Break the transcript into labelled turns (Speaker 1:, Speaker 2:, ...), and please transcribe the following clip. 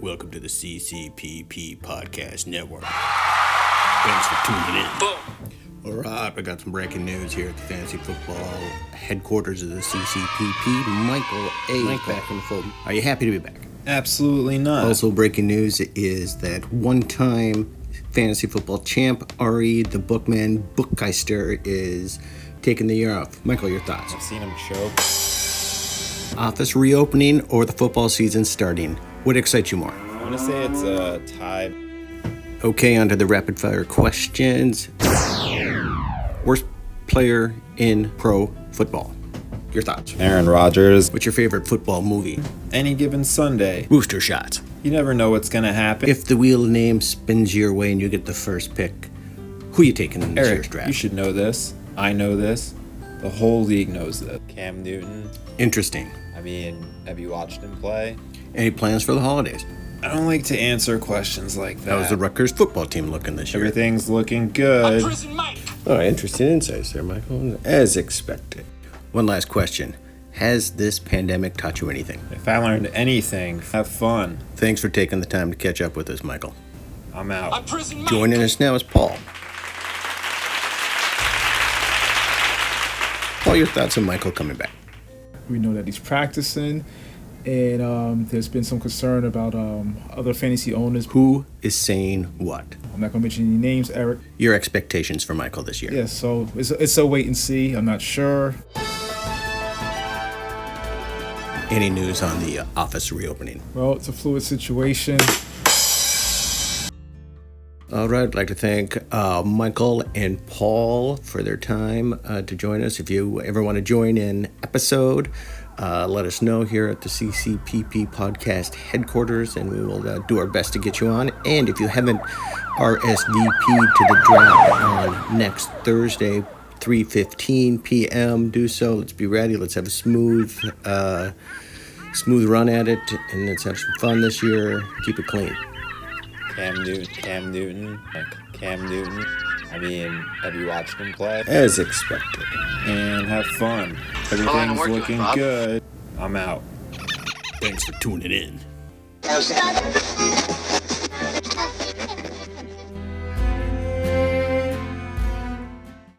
Speaker 1: Welcome to the CCPP Podcast Network. Thanks for tuning in. All right, I got some breaking news here at the Fantasy Football headquarters of the CCPP. Michael A. back on the fold. Are you happy to be back?
Speaker 2: Absolutely not.
Speaker 1: Also, breaking news is that one time fantasy football champ Ari the Bookman Bookgeister is taking the year off. Michael, your thoughts?
Speaker 2: I've seen him choke.
Speaker 1: Office reopening or the football season starting? What excites you more?
Speaker 2: I want to say it's uh, a tie.
Speaker 1: Okay, on to the rapid fire questions. Worst player in pro football? Your thoughts?
Speaker 2: Aaron Rodgers.
Speaker 1: What's your favorite football movie?
Speaker 2: Any given Sunday.
Speaker 1: Booster shots.
Speaker 2: You never know what's going to happen.
Speaker 1: If the wheel of name spins your way and you get the first pick, who you taking in this year's
Speaker 2: Eric,
Speaker 1: draft?
Speaker 2: you should know this. I know this. The whole league knows this. Cam Newton.
Speaker 1: Interesting.
Speaker 2: I mean, have you watched him play?
Speaker 1: Any plans for the holidays? Uh,
Speaker 2: I don't like to answer questions like that.
Speaker 1: How's the Rutgers football team looking this year?
Speaker 2: Everything's looking good.
Speaker 3: Prison Mike.
Speaker 1: Oh, interesting insights there, Michael. As expected. One last question. Has this pandemic taught you anything?
Speaker 2: If I learned anything, have fun.
Speaker 1: Thanks for taking the time to catch up with us, Michael.
Speaker 2: I'm out.
Speaker 3: I'm Prison Mike.
Speaker 1: Joining us now is Paul. Paul, your thoughts on Michael coming back?
Speaker 4: We know that he's practicing, and um, there's been some concern about um, other fantasy owners.
Speaker 1: Who is saying what?
Speaker 4: I'm not going to mention any names, Eric.
Speaker 1: Your expectations for Michael this year?
Speaker 4: Yeah, so it's, it's a wait and see. I'm not sure.
Speaker 1: Any news on the uh, office reopening?
Speaker 4: Well, it's a fluid situation.
Speaker 1: All right, I'd like to thank uh, Michael and Paul for their time uh, to join us. If you ever want to join an episode, uh, let us know here at the CCPP podcast headquarters, and we will uh, do our best to get you on. And if you haven't RSVP to the draft on next Thursday, 3:15 p.m., do so. Let's be ready. Let's have a smooth, uh, smooth run at it, and let's have some fun this year. Keep it clean.
Speaker 5: Cam Newton. Cam Newton. Like Cam Newton. I mean, have you watched him play?
Speaker 2: As expected. And have fun. Everything's looking good. I'm out.
Speaker 1: Thanks for tuning in.
Speaker 6: Stop.